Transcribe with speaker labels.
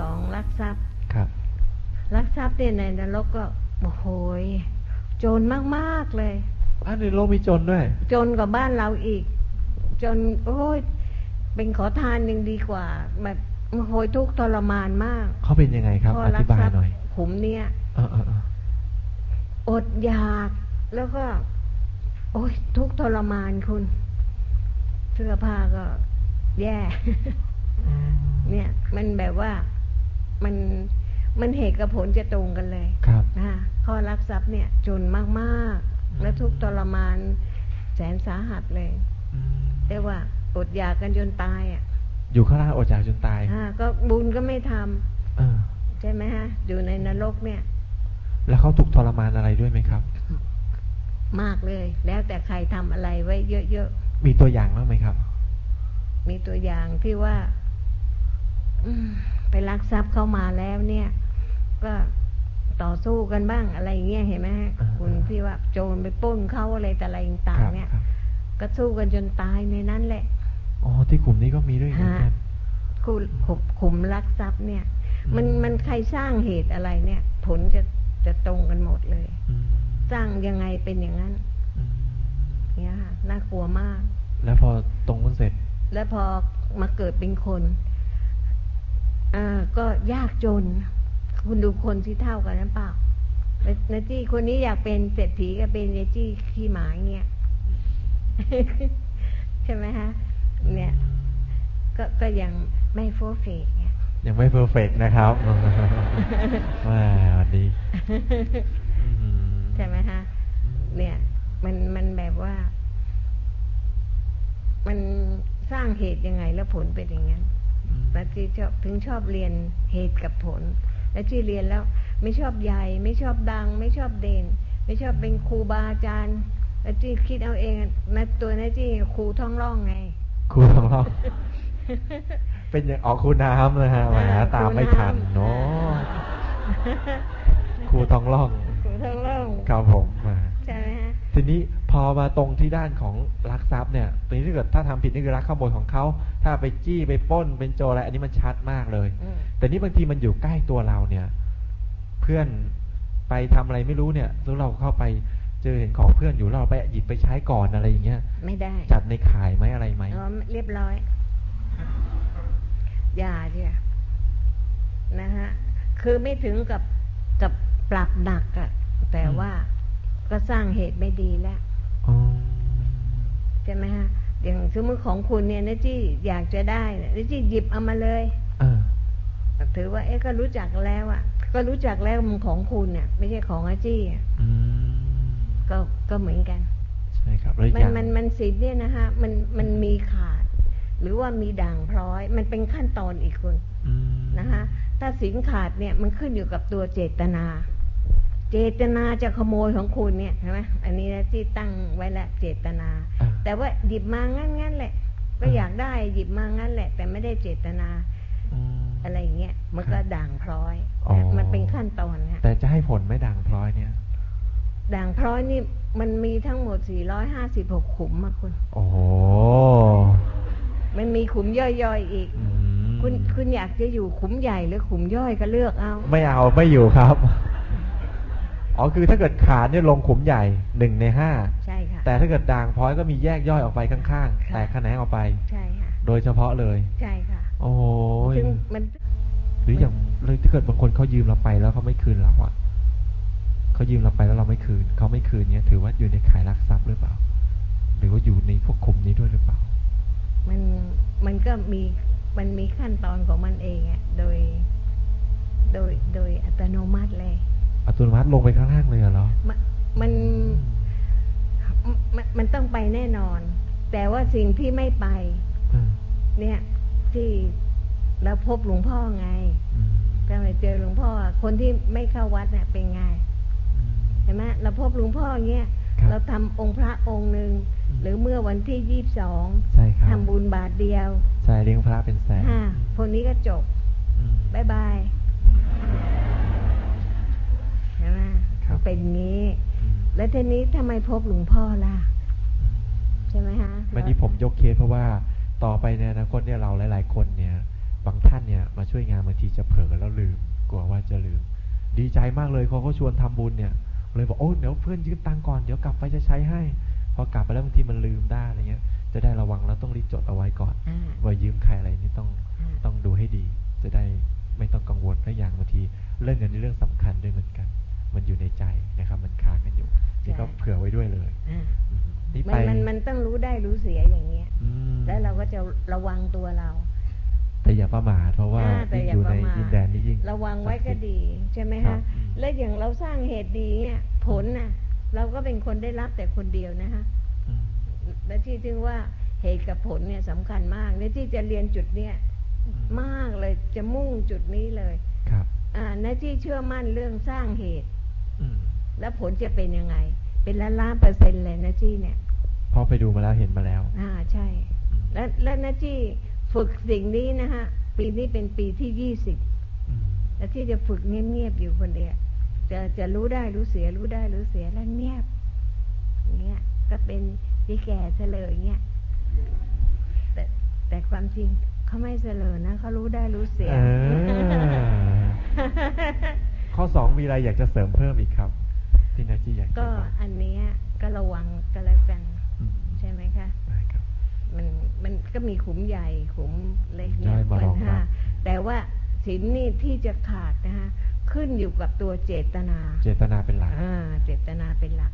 Speaker 1: สองลักทรัพย์
Speaker 2: ครับ
Speaker 1: ลักทรัพย์เนี่ยในนรกก็โอ้โหยโจรมากๆเลย
Speaker 2: อันในโลกมีจนด้วย
Speaker 1: จนกว่าบ้านเราอีก จนโอ้ยเป็นขอทานยังดีกว่า แบบโอ้โหยทุกข์ทรมานมาก
Speaker 2: เขาเป็นยังไงครับ
Speaker 1: เพ
Speaker 2: อ
Speaker 1: ระลั
Speaker 2: ธิ
Speaker 1: ก
Speaker 2: บา
Speaker 1: ท
Speaker 2: ย
Speaker 1: รัพย์
Speaker 2: หน่อย
Speaker 1: ขุมเนี่ย
Speaker 2: เออเออเออ
Speaker 1: อดอยากแล้วก็ โอ้ยทุกข์ทรมานคุณ เสื้อผ้าก็ แย่
Speaker 2: อืม
Speaker 1: เนี่ย มันแบบว่ามันมันเหตุกับผลจะตรงกันเลย
Speaker 2: ครับ
Speaker 1: นะคะข้อรักทรัพย์เนี่ย จนมาก
Speaker 2: อืม
Speaker 1: ๆ และทุกข์ทรมาน แสนสาหัสเลย
Speaker 2: อืม
Speaker 1: เรียกว่า อดอยากกันจนตายอ่ะ
Speaker 2: อยู่ข้างล่างอดอยากจนตาย
Speaker 1: อ่าก็บุญก็ไม่ทำ
Speaker 2: เออ
Speaker 1: ใช่ไหมฮะ อยู่ในนรกเนี่ย
Speaker 2: แล้วเขาถูกทรมานอะไรด้วยไหมครับ
Speaker 1: มากเลย แล้วแต่ใครทำอะไรไว้เยอะๆ
Speaker 2: มีตัวอย่างบ้างไหมครับ
Speaker 1: มีตัวอย่างที่ว่า อืมไปลักทรัพย์เข้ามาแล้วเนี่ย ก็ต่อสู้กันบ้างอะไรอย่างเงี้ยเห็นไหมฮะ
Speaker 2: อ่า
Speaker 1: คุณที่ว่าโจรไปปล้นเขาอะไรแต่อะไรต่าง
Speaker 2: ครับ
Speaker 1: ๆเนี่ย
Speaker 2: ครับ
Speaker 1: ก็สู้กันจนตายในนั้นแหละ
Speaker 2: อ๋อที่กลุ่มนี้ก็มีด้วยเหมือนกัน
Speaker 1: ฮะ คุณขุมขุมลักทรัพย์เนี่ย มัน
Speaker 2: อืม
Speaker 1: มันใครสร้างเหตุอะไรเนี่ย ผลจะจะตรงกันหมดเลย
Speaker 2: อืม
Speaker 1: สร้างยังไงเป็นอย่างนั้น
Speaker 2: อืม
Speaker 1: เนี่ยค่ะน่ากลัวมาก
Speaker 2: แล้วพอตรงกันเสร็จ
Speaker 1: แล้วพอมาเกิดเป็นคนอ่าก็ยากจน คุณดูคนที่เท่ากันนั้นเปล่าเนนจี้คนนี้อยากเป็นเศรษฐีก็เป็นเนจี้ขี้หมาเงี้ย ใช่ไหมฮะ เนี่ย ก็ก็ยังไม่โฟเฟกเนี่ย
Speaker 2: ยังไม่เพอร์เฟกนะครับ แหม่วันนี้อืม
Speaker 1: ใช่ไหมฮะ เนี่ย มันมันแบบว่า มันสร้างเหตุยังไงแล้วผลเป็นอย่างนั้น
Speaker 2: อืม
Speaker 1: และที่ชอบถึงชอบเรียนเหตุกับผล และที่เรียนแล้ว ไม่ชอบใหญ่ ไม่ชอบดัง ไม่ชอบเด่น ไม่ชอบเป็นครูบาอาจารย์และที่คิดเอาเองนะตัวนะที่ครูท่องร่องไง
Speaker 2: ครูของเรา เป็นอย่างออกครูน้ำนะฮะแหม
Speaker 1: อ่า
Speaker 2: ตามไม่ทัน
Speaker 1: ครูน้ำ
Speaker 2: เนาะครูทองล่อง
Speaker 1: ครูท่องร่อง
Speaker 2: ครับผมมา
Speaker 1: ใช่ไหมฮะ
Speaker 2: ทีนี้พอมาตรงที่ด้านของลักทรัพย์เนี่ยตรงนี้ถ้าเกิดถ้าทำผิดนี่คือลักขโมยของเขา ถ้าไปจี้ไปปล้นเป็นโจรอะไรอันนี้มันชัดมากเลย
Speaker 1: อืม
Speaker 2: แต่นี่บางทีมันอยู่ใกล้ตัวเราเนี่ย เพื่อนไปทำอะไรไม่รู้เนี่ยแล้วเราเข้าไปเจอเห็นของเพื่อนอยู่แล้วเราไปหยิบไปใช้ก่อนอะไรอย่างเงี้ย
Speaker 1: ไม่ได้
Speaker 2: จัดในขายไหมอะไรไหม
Speaker 1: อ๋อเรียบร้อย อย่าเดียนะฮะ คือไม่ถึงกับกับปรับหนักอะแต่ว่าก็สร้างเหตุไม่ดีแล้ว
Speaker 2: อ๋อ
Speaker 1: ใช่ไหมฮะอย่างสมมติของคุณเนี่ยนะที่อยากจะได้เนี่ยนะที่หยิบเอามาเลย
Speaker 2: เออ
Speaker 1: ถือว่าเอ๊ะก็รู้จักแล้วอ่ะ ก็รู้จักแล้วมันของคุณเนี่ยไม่ใช่ของอาจี้อะ
Speaker 2: อืม
Speaker 1: ก็ก็เหมือนกัน
Speaker 2: ใช่ครับแล้วอีกอ
Speaker 1: มั
Speaker 2: น ย่าง
Speaker 1: มันมันสินเนี่ยนะฮะมันมันมีขาด หรือว่ามีด่างพร้อย มันเป็นขั้นตอนอีกคุณ
Speaker 2: อืม
Speaker 1: นะคะถ้าสินขาดเนี่ยมันขึ้นอยู่กับตัวเจตนา เจตนาจะขโมยของคุณเนี่ยใช่ไหมอันนี้นะที่ตั้งไว้ละเจตนา
Speaker 2: อ่ะ
Speaker 1: แต่ว่าหยิบมางั้นงั้นๆแหละ ก็อยากได้หยิบมางั้นแหละ แต่ไม่ได้เจตนา
Speaker 2: อืม
Speaker 1: อะไรอย่างเงี้ยมันก็ด่างพร้อย
Speaker 2: อ๋อ
Speaker 1: มันเป็นขั้นตอนฮะ
Speaker 2: แต่จะให้ผลไม่ด่างพร้อยเนี่ย
Speaker 1: ด่างพร้อยนี่มันมีทั้งหมด 456 ขุมอะคุณ
Speaker 2: โอ้โห
Speaker 1: มันมีขุมย่อยๆอีก
Speaker 2: อืม
Speaker 1: คุณคุณอยากจะอยู่ขุมใหญ่หรือขุมย่อยก็เลือกเอา
Speaker 2: ไม่เอาไม่อยู่ครับ อ๋อคือถ้าเกิดขาดเนี่ยลงขุมใหญ่หนึ่งในห้า
Speaker 1: ใช่ค่ะ
Speaker 2: แต่ถ้าเกิดด่างพร้อยก็มีแยกย่อยออกไปข้างๆ
Speaker 1: ค่ะ
Speaker 2: แตกแขนงออกไป
Speaker 1: ใช่ค่ะ
Speaker 2: โดยเฉพาะเลย
Speaker 1: ใช่ค่ะ
Speaker 2: โอ้โห
Speaker 1: ซึ่งมัน
Speaker 2: หรืออย่างเลยถ้าเกิดบางคนเขายืมเราไปแล้วเขาไม่คืนเราอะเขายืมเราไปแล้วเราไม่คืน เขาไม่คืนเนี่ยถือว่าอยู่ในขายลักทรัพย์หรือเปล่า หรือว่าอยู่ในพวกคุมนี้ด้วยหรือเปล่า
Speaker 1: มันมันก็มีมันมีขั้นตอนของมันเองอะโดย โดยโดยอัตโนมัติเลย
Speaker 2: อัตโนมัติลงไปข้างล่างเลยเหรอ
Speaker 1: มันมันมันมันต้องไปแน่นอน แต่ว่าสิ่งที่ไม่ไป
Speaker 2: อืม
Speaker 1: เนี่ย ที่เราพบหลวงพ่อไง
Speaker 2: อืม
Speaker 1: เราไปเจอหลวงพ่อ คนที่ไม่เข้าวัดเนี่ยเป็นไง
Speaker 2: อืม
Speaker 1: เห็นไหมเราพบหลวงพ่อเงี้ย
Speaker 2: ครับ
Speaker 1: เราทำองค์พระองค์หนึ่ง
Speaker 2: อืม
Speaker 1: หรือเมื่อวันที่ยี่สิบสอง
Speaker 2: ใช่ครับ
Speaker 1: ทำบุญบาทเดียว
Speaker 2: ใช่เลี้ยงพระเป็นแสน
Speaker 1: ห้าคนนี้ก็จบ
Speaker 2: อืม
Speaker 1: บายบายเห็นไหม
Speaker 2: ครับ
Speaker 1: เป็นงี้
Speaker 2: อืม
Speaker 1: แล้วทีนี้ทำไมพบหลวงพ่อล่ะ
Speaker 2: อืม
Speaker 1: ใช่ไหมฮะ
Speaker 2: วันนี้ผมยกเคสเพราะว่าต่อไปในอนาคตเนี่ยเราหลาย ๆ คนเนี่ย บางท่านเนี่ยมาช่วยงานบางทีจะเผลอแล้วลืมกลัวว่าจะลืม ดีใจมากเลยเขาก็ชวนทำบุญเนี่ย เลยบอกโอ้เดี๋ยวเพื่อนยืมตังค์ก่อนเดี๋ยวกลับไปจะใช้ให้ พอกลับไปแล้วบางทีมันลืมได้อะไรเงี้ย จะได้ระวังแล้วต้องรีบจดเอาไว้ก่อน
Speaker 3: อ่า
Speaker 2: ว่ายืมใครอะไรนี่ต้อง
Speaker 3: อืม
Speaker 2: ต้องดูให้ดี จะได้ไม่ต้องกังวลและอย่างบางที เรื่องเงินนี่เรื่องสำคัญด้วยเหมือนกัน มันอยู่ในใจนะครับ มันค้างกันอยู่นี่ก็เผื่อไว้ด้วยเลย
Speaker 3: อ่า
Speaker 2: อืมนี่
Speaker 1: มั
Speaker 2: ไป
Speaker 1: นมันมันต้องรู้ได้รู้เสียอย่างเงี้ย
Speaker 2: อืม
Speaker 1: แล้วเราก็จะระวังตัวเรา
Speaker 2: แต่อย่าประมาทเพราะว่า
Speaker 1: อ่แต่
Speaker 2: ยิ่ง
Speaker 1: อ
Speaker 2: อยู่
Speaker 1: ป
Speaker 2: ใน
Speaker 1: ระมาท
Speaker 2: ดินแดนนี้ยิ่ง
Speaker 1: ระวังไว้
Speaker 2: ศั
Speaker 1: ก็
Speaker 2: ดิ์สิทธิ์
Speaker 1: ดีใช่ไหม
Speaker 2: ครั
Speaker 1: คะ
Speaker 2: บอืม
Speaker 1: และอย่างเราสร้างเหตุดีเนี่ยผลน่ะเราก็เป็นคนได้รับแต่คนเดียวนะคะ
Speaker 2: อืม
Speaker 1: และที่ถึงว่าเหตุกับผลเนี่ยสำคัญมาก และที่จะเรียนจุดเนี่ย
Speaker 2: อืม
Speaker 1: มากเลยจะมุ่งจุดนี้เลย
Speaker 2: ครับ
Speaker 1: อ่าหน้าที่เชื่อมั่นเรื่องสร้างเหตุ
Speaker 2: อืม
Speaker 1: และผลจะเป็นยังไง เป็นล้านล้านเปอร์เซ็นต์เลยหนาจี้เนี่ย
Speaker 2: พอไปดูมาแล้วเห็นมาแล้ว
Speaker 1: อ่าใช่
Speaker 2: อืม
Speaker 1: และและหนาจี้ฝึกสิ่งนี้นะฮะปีนี้เป็นปีที่ยี่สิบ
Speaker 2: อืม
Speaker 1: และที่จะฝึกเงียบๆอยู่คนเดียวจะจะรู้ได้รู้เสียรู้ได้รู้เสียแล้วเงียบอย่างเงี้ยก็เป็นที่แก่เสลยเงี้ยแต่แต่ความจริงเขาไม่เสลยนะเขารู้ได้รู้เสีย
Speaker 2: อ่า ข้อสองมีอะไรอยากจะเสริมเพิ่มอีกครับ ที่นักจีอยากจะ
Speaker 1: ก็
Speaker 2: บอก
Speaker 1: อันเนี้ยก็ระวังก็แล้วกัน
Speaker 2: อืม
Speaker 1: ใช่ไหมคะ
Speaker 2: ได้ครับ
Speaker 1: มันมันก็มีขุมใหญ่ขุมเล็ก
Speaker 2: ได้
Speaker 1: เนี่ย
Speaker 2: มา
Speaker 1: ปั
Speaker 2: ร
Speaker 1: ญ
Speaker 2: องรั
Speaker 1: หา
Speaker 2: บ
Speaker 1: แต่ว่าสินนี่ที่จะขาดนะคะขึ้นอยู่กับตัวเจตนา
Speaker 2: เจตนาเป็นหลัก
Speaker 1: อ่าเจตนาเป็นหลัก